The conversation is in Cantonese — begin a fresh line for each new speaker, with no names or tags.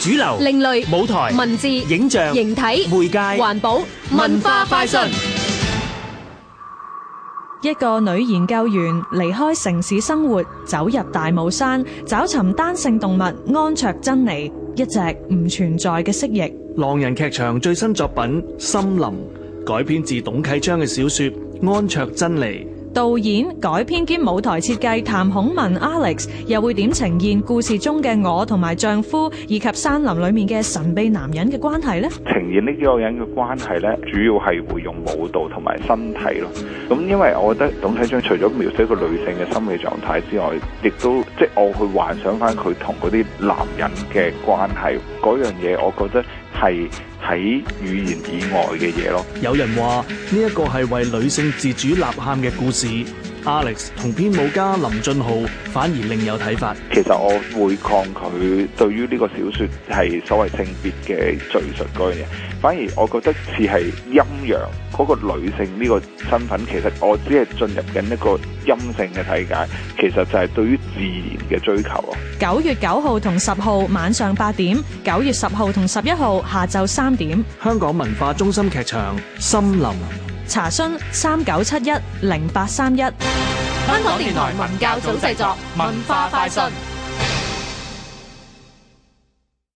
主流、
另類
舞台、
文字、
影像、
形體、
媒介
環保、文化快訊。
一個女研究員離開城市生活，走入大帽山，找尋單性動物安卓珍妮，一隻唔存在嘅蜥蜴。
浪人劇場最新作品《森林》，改編自董啟章嘅小說《安卓真理
導演、改編兼舞台設計譚孔文 Alex 又會點呈現故事中嘅我同埋丈夫，以及山林裏面嘅神秘男人嘅關係呢？
呈現呢幾個人嘅關係呢，主要係會用舞蹈同埋身體咯。咁因為我覺得董啟章除咗描寫個女性嘅心理狀態之外，亦都即係我去幻想翻佢同嗰啲男人嘅關係嗰樣嘢，我覺得係喺語言以外嘅嘢咯。》。
有人話呢一個係為女性自主吶喊嘅故事。Alex 同編舞家林俊浩反而另有睇法。
其實我會抗拒對於呢個小說係所謂性別嘅敘述嗰樣嘢，反而我覺得似係陰陽嗰、個女性呢個身份，其實我只係進入緊一個陰性嘅世界，其實就係對於自然嘅追求咯。
九月九號同十號晚上八點，九月十號同十一號下晝三點。
香港文化中心劇場《森林》。
查詢三九七一零八三一。
香港電台文教組製作，文化快訊。